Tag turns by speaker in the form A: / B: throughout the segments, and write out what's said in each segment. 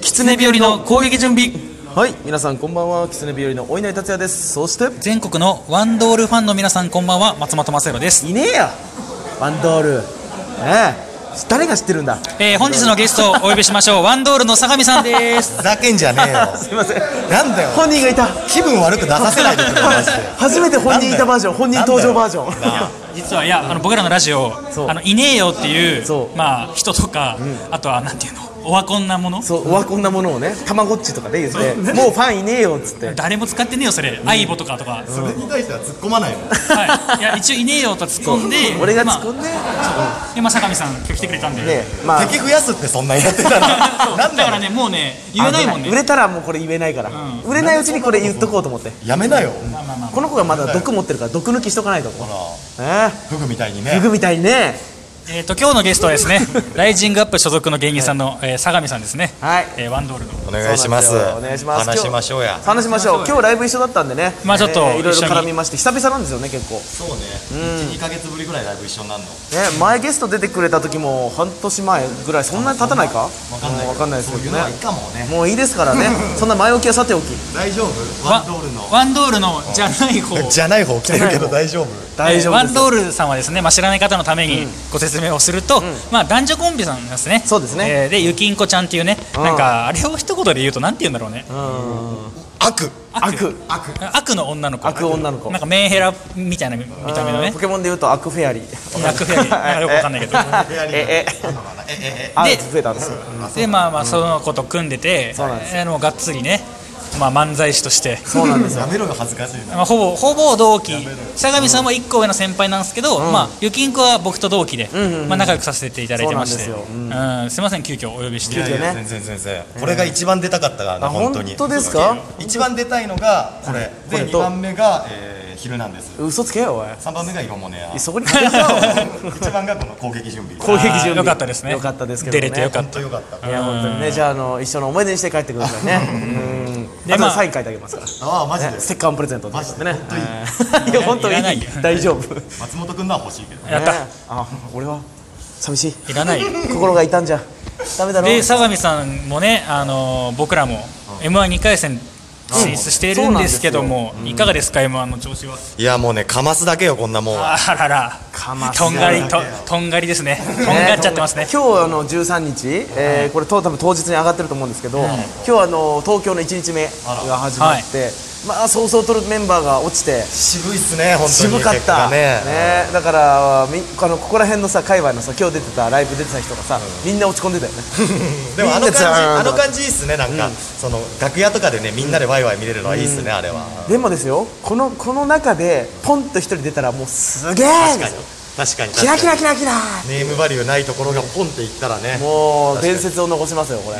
A: 狐日和の攻撃準備
B: はい皆さんこんばんは狐日和のお稲荷達也ですそして
A: 全国のワンドールファンの皆さんこんばんは松本雅宏です、
B: いねえやバンドールねえ誰が知ってるんだ
A: えー、本日のゲストをお呼びしましょうワンドールの相模さん です
C: ふざけんじゃねえよ。
B: すいません
C: なんだよ。
B: 本人がいた
C: 気分悪く出させないでくれマジで。
B: 初めて本人いたバージョン本人登場バージョン
A: 実はいやあの僕らのラジオ
B: そう
A: あのいねえよっていう
B: そう
A: まあ人とか、あとはなんていうのオワコンなもの
B: そうオワコンなものをねたまごっちとかで言ってもうファンいねえよっつって
A: 誰も使ってねえよそれ、アイボとかとか、
C: それに対しては突っ込まないの。
A: はい、いや一応いねえよと突っ込んで
B: 俺が突っ込
A: ま
B: んでね
A: あ、でまあ相模さん今日来てくれたんで、
B: えまあ
C: 敵増やすってそんなやってたら。
A: そう
C: な
A: だか
C: んだ
A: ら
C: よ。
A: ねもうね言えないもんね
B: 売れたらもうこれ言えないから売れないうちにこれ言っとこうと思って
C: やめなよ。
A: まあまあまあ
B: この子がまだ毒持ってるから毒抜きしとかないと
C: ほ
B: こ
C: ら、
B: うね
C: フグみたいに
B: え
C: ね
B: グ。みたいにね
A: えー、と今日のゲストは ですねライジングアップ所属の芸人さんの、えー、相模さんですね、
B: はい
A: えー、ワンドールの
C: お願いします。
B: そうなんですよお願いします
C: 話しましょうや。
B: 話しましょう今日ライブ一緒だったんでね
A: まあちょっと
B: えーいろいろ
A: 一緒に
B: 絡みまして久々なんですよね結構
C: そうね。一二ヶ月ぶりぐらいライブ一緒になるの。
B: ね、前ゲスト出てくれた時も半年前ぐらいそんなに経たないか
C: わかんない。
B: わかんないです
C: そうい
B: け
C: う
B: ど
C: のはい
B: ね
C: いかもね。
B: もういいですからねそんな前置きはさておき
C: 大丈夫？ワンドールの。
A: ワンドールのじゃない方
C: じゃない方来てるけど大丈夫。
B: 大丈
A: えー
B: 夫
A: ワ
B: で
A: ン
B: す
A: ドールさんはですね、まあ、知らない方のためにご説明をすると、まあ、男女コンビさんなんですね
B: そうですね
A: えーでゆきんこちゃんっていうね、
B: うん
A: なんかあれを一言で言うとなんて言うんだろう ね、
C: 悪。
B: 悪
C: 悪。
A: 悪の女の子
B: 悪女の子
A: なんかメンヘラみたいな見た目の
B: あー
A: ね
B: ポケモンで言うと悪フェアリー
A: 悪フェアリーなんかよくわかんないけど
B: ええ
C: ええええ。
B: あ
A: で
B: 増えたんですよ
A: でまあまあその子と組んでて、
B: そうなんです
A: えーもうがっつりね、まあ、漫才師として
B: そうなんですよ
C: やめろよ恥ずかしいな。
A: まあ、ほぼほぼ同期相模さんも1個上の先輩なんですけど、まあ、ゆきんこは僕と同期で、まあ、仲良くさせていただいてまして
B: そうなんですよ
A: うんすいません急遽お呼びして
C: いやい
B: ね
C: や全然全然これが一番出たかったからね
B: あ
C: 本当に
B: 本当ですか
C: 一番出たいのがこれ
B: これ
C: で
B: と
C: 二番目がえー昼なんです
B: 嘘つけよお
C: 三番目が色もねや
B: いそこに金さ
C: 一番がこの攻撃準備
B: 攻撃準備
A: あーよかったですね
B: よかったですけどね
A: 出れてよかっ
C: 本当よかった
B: いや本当にねじゃああの一緒の思い出にして帰ってくださいねうん
A: で
B: あと
A: ま
B: で
A: あ
B: サイン書いてあげますから
C: ああマジ
B: ね
C: で
B: ステッカーもプレゼントということでねはいいや本当
A: いらない
B: に
A: よ
B: 大丈夫
C: 松本君のは欲しいけど
A: やった、
B: ねあ俺は寂しい
A: い らないよ
B: 心が痛んじゃダメだろ
A: で相模さんもね、あのー僕らも m 1 2回戦進出しているんですけども、いかがですか m 1の調子はい
C: やもうねかますだけよこんなもんは
A: あらら
B: かます
A: とんがりととんがりですねとんがっちゃってますね
B: 今日あの13日、えーこれと多分当日に上がってると思うんですけど、今日あの東京の1日目が始まって、まあそうそう取るメンバーが落ちて
C: 渋いっすね本当に
B: 渋かっ
C: 結
B: た
C: 果
B: ね
C: ね
B: だからみあのここら辺のさ界隈のさ今日出てたライブ出てた人がさ、みんな落ち込んでたよね
C: でもあの
B: みんな
C: 感じ
B: ずー
C: あ
B: んと
C: の感じいいっすねなんかその楽屋とかでねみんなでワイワイ見れるのはいいっすねあれは
B: でもですよこのこの中でポンと一人出たらもうすげえ
C: 確かに確かに
B: キ
C: 確か
B: ラ
C: に
B: キラキラキラ
C: ネームバリューないところがポンっていったらね
B: もう
C: 確かに
B: 伝説を残しますよこれ、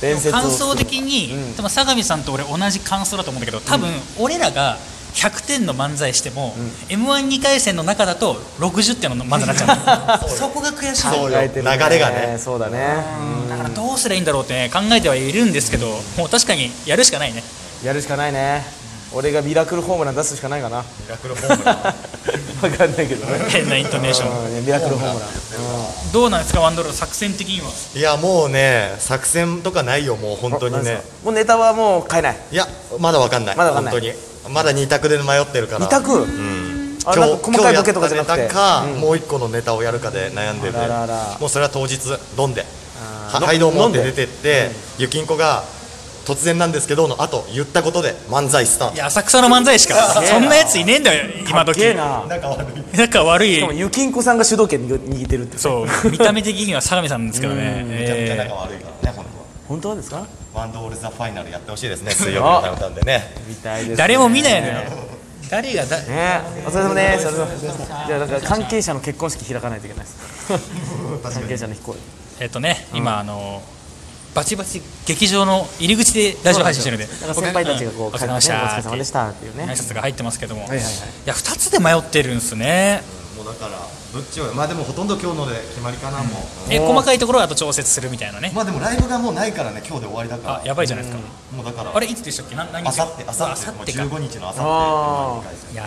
B: 伝説を
A: 感想的に、多分相模さんと俺同じ感想だと思うんだけど多分俺らが100点の漫才しても、m 1 2回戦の中だと60点の漫才になっち ゃうそこが悔しい
C: そう
B: 考
C: よ
B: えてる
C: 流
B: ね
C: れがね
B: そうだね、
A: だからどうすりゃいいんだろうって、ね、考えてはいるんですけどもう確かにやるしかないね
B: やるしかないね俺がミラクルホームラン出すしかないかな わ
C: ミラクルホームラン
B: かんないけどね
A: 変なイントネーション
B: うんいやミラクルホームラン
A: どうなんですかワンドロー作戦的にはい
C: やもうね作戦とかないよもう本当に
B: な
C: ね
B: んすかもうネタはもう変えない
C: いやまだわかんない
B: まだわかんない
C: 本当にまだ二択で迷ってるから
B: 二択、あ
C: 今
B: なんか
C: 日
B: 細かいボケとかじゃなく
C: 今日や
B: て
C: ったネタか、もう一個のネタをやるかで悩んでて
B: あららら
C: もうそれは当日ドンで
B: あー
C: は
B: の
C: はいどうもって
B: 飲んで
C: 出てって、ゆきんこが突然なんですけどのあと言ったことで漫才スター
A: いや浅草の漫才師か
B: げえな
A: そんなやついねえんだよ今
B: かっ
A: 時
B: けえな
C: 仲悪い
A: 仲悪い
B: でもゆきんこさんが主導権握ってるって
A: そう見た目的には相模さんなんですけどね、
C: めちゃめちゃ
A: え
C: 仲悪いからね本当
B: 本当はですか
C: はワンドオールザファイナルやってほしいですね水曜日のダウンタウンでね
B: みたいです、
A: ー
B: ね、
A: 誰も見ないの
B: ね
A: よ誰がだ
B: ねお疲れ様ですお疲れ様ですじゃあなんか関係者の結婚式開かないといけないです関係者の飛行
A: えっとね、今あのバチバチ劇場の入り口でラジオ配信してるんで、
B: なんか先輩たちがこう
A: お疲れ様でした
B: お疲れ様でしたっていうね
A: 挨拶が入ってますけども、
B: い
A: い
B: はいはい
A: や二つで迷ってるんですね。
C: もうだからどっちをまあでもほとんど今日ので決まりかなもう
A: え細かいところはあと調節するみたいなね。
C: まあでもライブがもうないからね今日で終わりだ
A: あ
C: か
A: やばいじゃないですか。
C: らもうだから
A: あれいつでしたっけ？何何
C: あ
A: 日？
C: さってあさって
A: 明後日か。
C: 15日のあさ
B: あ
C: って
A: いや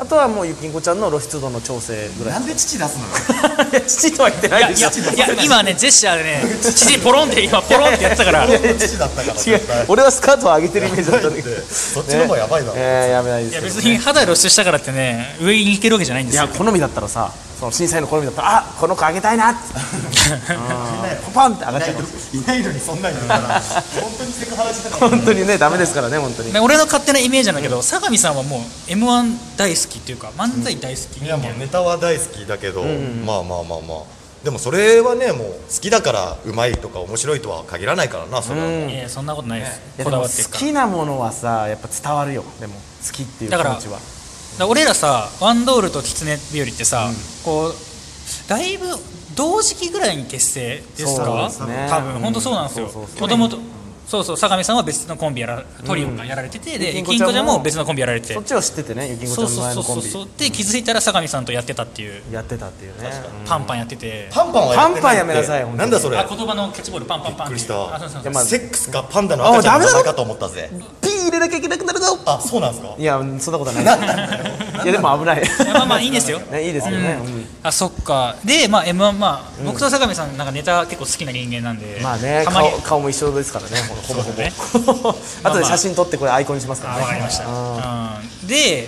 B: あとはもうゆきんこちゃんの露出度の調整ぐらい
C: なんで父出すのよ
B: いや父とは言ってない
A: や
B: で
A: い
B: しょ
A: やいや今ねジェスチャーでね父ポロンって今ポロンってやってたか らい
C: 俺の父だったか
B: 違
C: ら
B: う
C: 絶対
B: 俺はスカートを上げてるイメージだったんだけど
C: でそっちの方がやばいだろ、
B: えーやめないです
A: や
B: けど
A: 別に肌露出したからってね上に行けるわけじゃないんで
B: い
A: すよ
B: や好みだったらさその審査員の好みだったらあこの子あげた いなってうんポパンって上がっちゃう
C: いないのにそんなに言うから本当にセクハラして たから
B: 本当にねダメですからね本当に
A: ね俺の勝手なイメージなんだけど相模さんはもう m 1大好きっていうか漫才大好き
C: いやもうネタは大好きだけど、まあまあまあまあでもそれはねもう好きだからうまいとか面白いとは限らないからなそれはもう、
A: いやそんなことないです
B: い
A: こ
B: やで
A: だ
B: も
A: わってる
B: 好
A: から
B: きなものはさやっぱ伝わるよでも好きっていう気
A: だから
B: 持ちは
A: だから俺らさワンドールとキツネ日和ってさ、こうだいぶ同時期ぐらいに結成ですか
B: そうですね
A: 多分本当そうなんですよ
B: そうそうそう
A: もともとそうそう相模さんは別のコンビやらトリオかやられてて、で
B: ゆ
A: 金
B: きんこちゃ
A: 子ちゃん
B: んも
A: も別のコンビやられてて
B: そっちを知っててねゆきんこち
A: そ
B: ゃ
A: うんそ
B: の
A: うそう
B: 前のコ
A: そ
B: ン
A: う
B: ビ
A: そうで気づいたら相模さんとやってたっていう
B: やってたっていうね
A: パンパンやってて、
C: パンパンはやって
B: パンパンやめなさい
C: っ
B: 本当
C: て
B: に
C: なんだそれ
A: あ言葉のキャッチボールパンパンパン
C: びっくりした
A: ていうあそうそうそう
B: いやまあ
C: セックスがパンダの赤ちゃん
B: あダメ
C: じ
B: だろ
C: ゃないかと思ったぜ
B: ピー入れなきゃいけなくなるぞ
C: あそうなんですか
B: いやそんなことないいやでも危な
A: い
B: い
A: やまあまあいいんですよ
B: ねいいですよねうん
A: あそっかでまあ m 1まあ僕と相模さんなんかネタ結構好きな人間なんで
B: まあね
A: たまに
B: 顔顔も一緒ですからねほぼほぼ
A: そうですね
B: あとで写真撮ってこれアイコンにしますから
A: あ
B: ね
A: わかりました、
B: うん
A: うん、で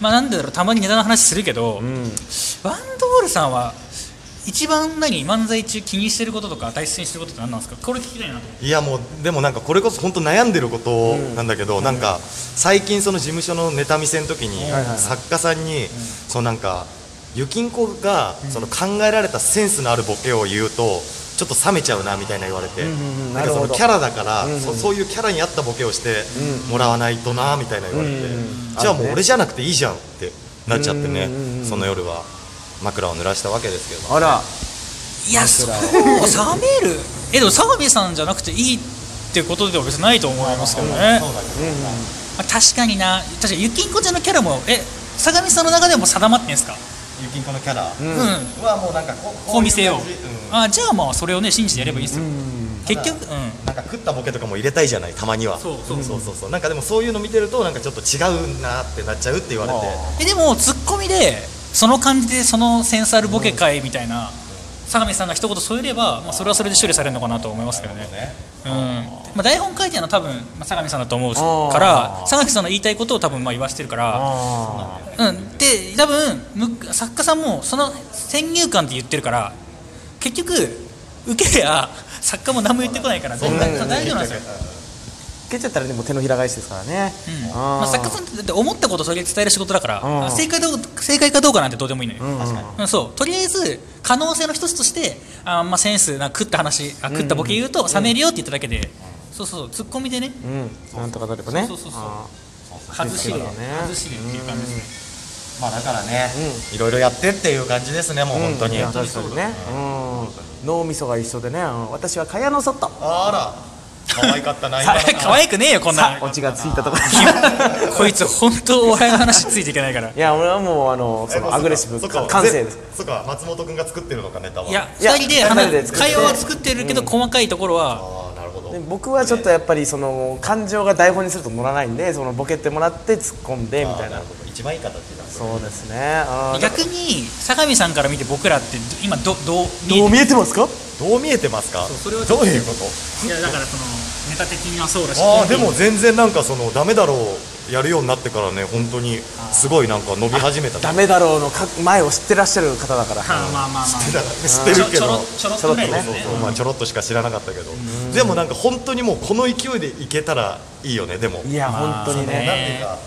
A: まあなんだろうたまにネタの話するけど、ワンドールさんは一番何漫才中気にしてることとか大切にしてることって何なんですかこれ聞きたいなと思って
C: いやもうでもなんかこれこそ本当悩んでることなんだけど、なんか最近その事務所のネタ見せの時に
B: はいはい
C: 作家さんにそのなんかゆきんこがその考えられたセンスのあるボケを言うとちょっと冷めちゃうなみたいな言われて
B: んうん
C: なんか
B: なる
C: そ
B: ほ
C: の
B: ど
C: キャラだから
B: うんうん
C: そそういうキャラに合ったボケをしてもらわないとなみたいな言われて
B: うんうん
C: じゃあも
B: ある
C: う
B: ね
C: 俺じゃなくていいじゃんってなっちゃってね
B: うんうんうん
C: その夜は枕を濡らしたわけですけど
B: あら
A: いやそう冷める えでも相模さんじゃなくていいってことでは別にないと思いますけどね、まあ、確かにな確かにゆきんこちゃんのキャラもえ相模さんの中でも定まってんすか
C: ゆきんこのキャラ
A: うん、
C: はもうなんかこう
A: こう見せよう
C: こい感じん
A: あじゃあまあそれをね信じてやればいいですよ、結局うん
C: なんか食ったボケとかも入れたいじゃないたまには
A: そうそう
C: そうそうそうなんかでもそういうの見てるとなんかちょっと違うなってなっちゃうって言われて
A: えでもツッコミでその感じでそのセンサルボケ会みたいな、相模さんが一言添えれば、まあ、それはそれで処理されるのかなと思いますけどねうんまあ、台本書いてるのは多分、まあ、相模さんだと思うから相模さんの言いたいことを多分まあ言わしてるから、
B: あ
A: うん、で多分む作家さんもその先入観って言ってるから結局受けりゃ作家も何も言ってこないから全然大丈夫なんですよ、
B: ー蹴っちゃったらねもう手のひら返しですからね
A: うん
B: あー
A: まあ、作家さんってだって思ったことをそれで伝える仕事だから、
B: うん
A: 正解どう正解かどうかなんてどうでもいいのよ、
B: ん確か
A: うんそうとりあえず可能性の一つとしてあー、まあ、センスなんか食った話あ食ったボケ言うと冷めるよって言っただけで、そうそうツッコミでね
B: うんなんとかなればね
A: そうそうそう
B: あ
A: 外しる、
B: そうだね
A: 外しるっていう感じですね
C: まあだからねいろいろやってっていう感じですねもう
B: ー
C: 本当に
B: いや
C: あ
B: 確かにねうん脳みそが一緒でねうん私は蚊帳の外
C: ら可愛かった な今の
A: 可愛くねえよこんな
B: さオチがついたとこ
A: こいつ本当お笑いの話ついていけないから
B: いや俺はもうあの
C: え
B: そ
C: もう
B: のアグレッシブ
C: そっか
B: 感性です
C: ぜそっか松本君が作ってるのかネタはい
A: や
B: いや
A: 二人で
B: 二
A: 話
B: 人で作って
A: 会話は作ってるけど細かいところは
C: ああなるほど
B: で僕はちょっとやっぱりその感情が台本にすると乗らないんでそのボケてもらって突っ込んでみ
C: あ
B: た
C: ー
B: い
C: な
B: な
C: るほど一番いい形だそ
B: そうですねうん
A: 逆に相模さんから見て僕らって今どどう見えてる
B: どう見えてますか
C: どう見えてますか
A: それはちょっ
C: ど
A: と
C: ういうこと
A: いやだからそのネタ的にはそうだし
C: ああでも全然なんかそのダメだろうやるようになってからね本当にすごいなんか伸び始めた
B: ダメだろうのか前を知ってらっしゃる方だから
A: まあまあまあ
C: だから知ってるけ
A: ちょろ
C: ど
A: ちょろっとぐらいです
C: そう
A: ね
C: そうまあちょろっとしか知らなかったけどでもなんか本当にもうこの勢いでいけたらいいよねでも
B: いや
A: まあ
B: 本当
A: そ
B: に
A: う
B: ね
A: ね
C: なんていうか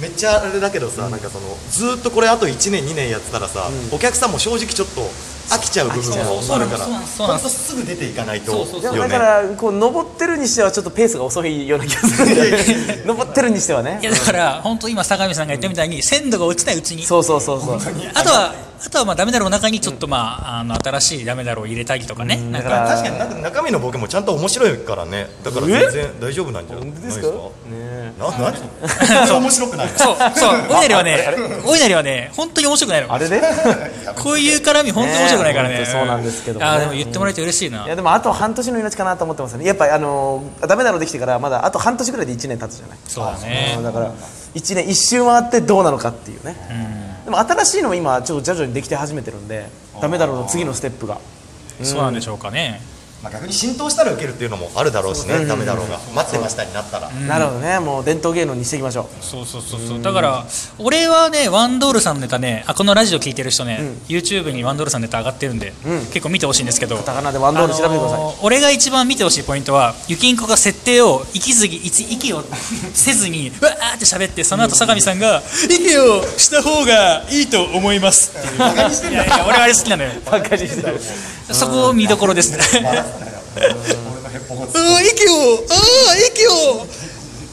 C: めっちゃあれだけどさ、なんかそのずーっとこれあと1年2年やってたらさ、お客さんも正直ちょっと飽きちゃう部分もあるか
A: そうそうそう
C: ら
A: そう
C: ほんとすぐ出ていかないと
A: そうそう
B: で
A: そ
B: もだ
C: よね
B: からこう登ってるにしてはちょっとペースが遅いような気がするん
C: いやいやいや
B: で登ってるにしてはね
A: いやだから本当今相模さんが言ったみたいに鮮度が落ちないうちに
B: そうそうそうそう
A: あとはあとはまあダメだろうの中にちょっとまああの新しいダメだろうを入れたりとかねなん
B: だか
A: から
C: 確かになんか中身のボケもちゃんと面白いからねだから全然大丈夫なんじゃない
B: 本当です
C: な
B: か
C: いで
B: ね
C: すか
B: え
C: な何全 然面白くない
A: そうそうお稲荷はねお稲荷はね本当に面白くないの
B: あれね
A: こういう絡み本当に面白くないからね
B: ねえ本当そうなんですけどもね
A: あーでも言ってもらえて嬉しいない
B: やでもあと半年の命かなと思ってますねやっぱあのダメだろうできてからまだあと半年ぐらいで1年経つじゃない
A: そうだね
B: うんだから1年一周回ってどうなのかっていうね、でも新しいのも今ちょっと徐々にできて始めてるんでダメだろうの次のステップが
A: そうなんでしょうかね
C: まあ逆に浸透したら受けるっていうのもあるだろうしねダメだろうが待ってましたになったら
B: なるほどねもう伝統芸能にしていきましょう
A: そうそうそうそうだから俺はねワンドールさんのネタねあこのラジオ聞いてる人ね、YouTube にワンドールさんのネタ上がってるんで、結構見てほしいんですけど
B: カタカナでワンドール調べてください
A: のー俺が一番見てほしいポイントはゆきんこが設定を息継ぎ息息を せずにうわーって喋ってその後相模さんが息をした方がいいと思いますっていういやいや俺はあれ好きなのよ
B: バカにしてる
A: そこ見どころです ね
C: 俺のヘッポコ
A: うーん息をああ息を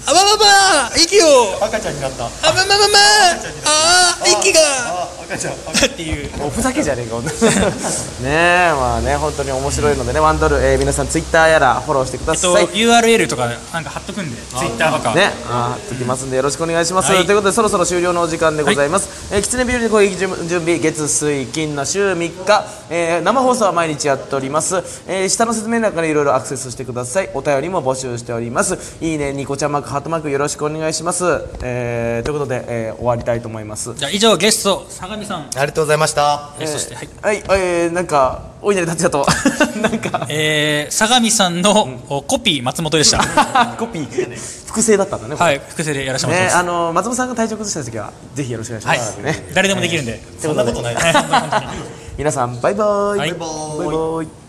A: あばばばー息を
C: 赤ちゃんになった
A: あばばばばーああ息が
C: あ赤ちゃん赤
A: っていう
B: おふざけじゃねえかほんと ねえまあね本当に面白いのでねワンドール、えー皆さんツイッターやらフォローしてくだ
A: えっと
B: さい、
A: URL とかなんか貼っとくんでツイッターとか
B: ね、あー貼っときますんでよろしくお願いします、
A: はい
B: ということでそろそろ終了のお時間でございます、えー、狐日和の攻撃準準備月水金の週3日、えー生放送は毎日やっております、えー下の説明欄からいろいろアクセスしてくださいお便りも募集しておりますいいねニコちゃんマークハートマークよろしくお願いします、えーということで、えー終わりたいと思います
A: じゃあ以上ゲスト相模さん
C: ありがとうございました
A: えそしてはい
B: はい、えー、なんかお稲荷達也と なんか
A: えー相模さんのおコピー松本でした
B: コピー複製だったんだね、
A: はい複製でやらせてもらって
B: ね
A: ます
B: あの松本さんが体調崩した時はぜひよろしくお願いしま
A: はい
B: す、ね
A: 誰でもできるんで
C: そんなことないです
B: 皆さんバイバイ、
A: はい
B: バイバイ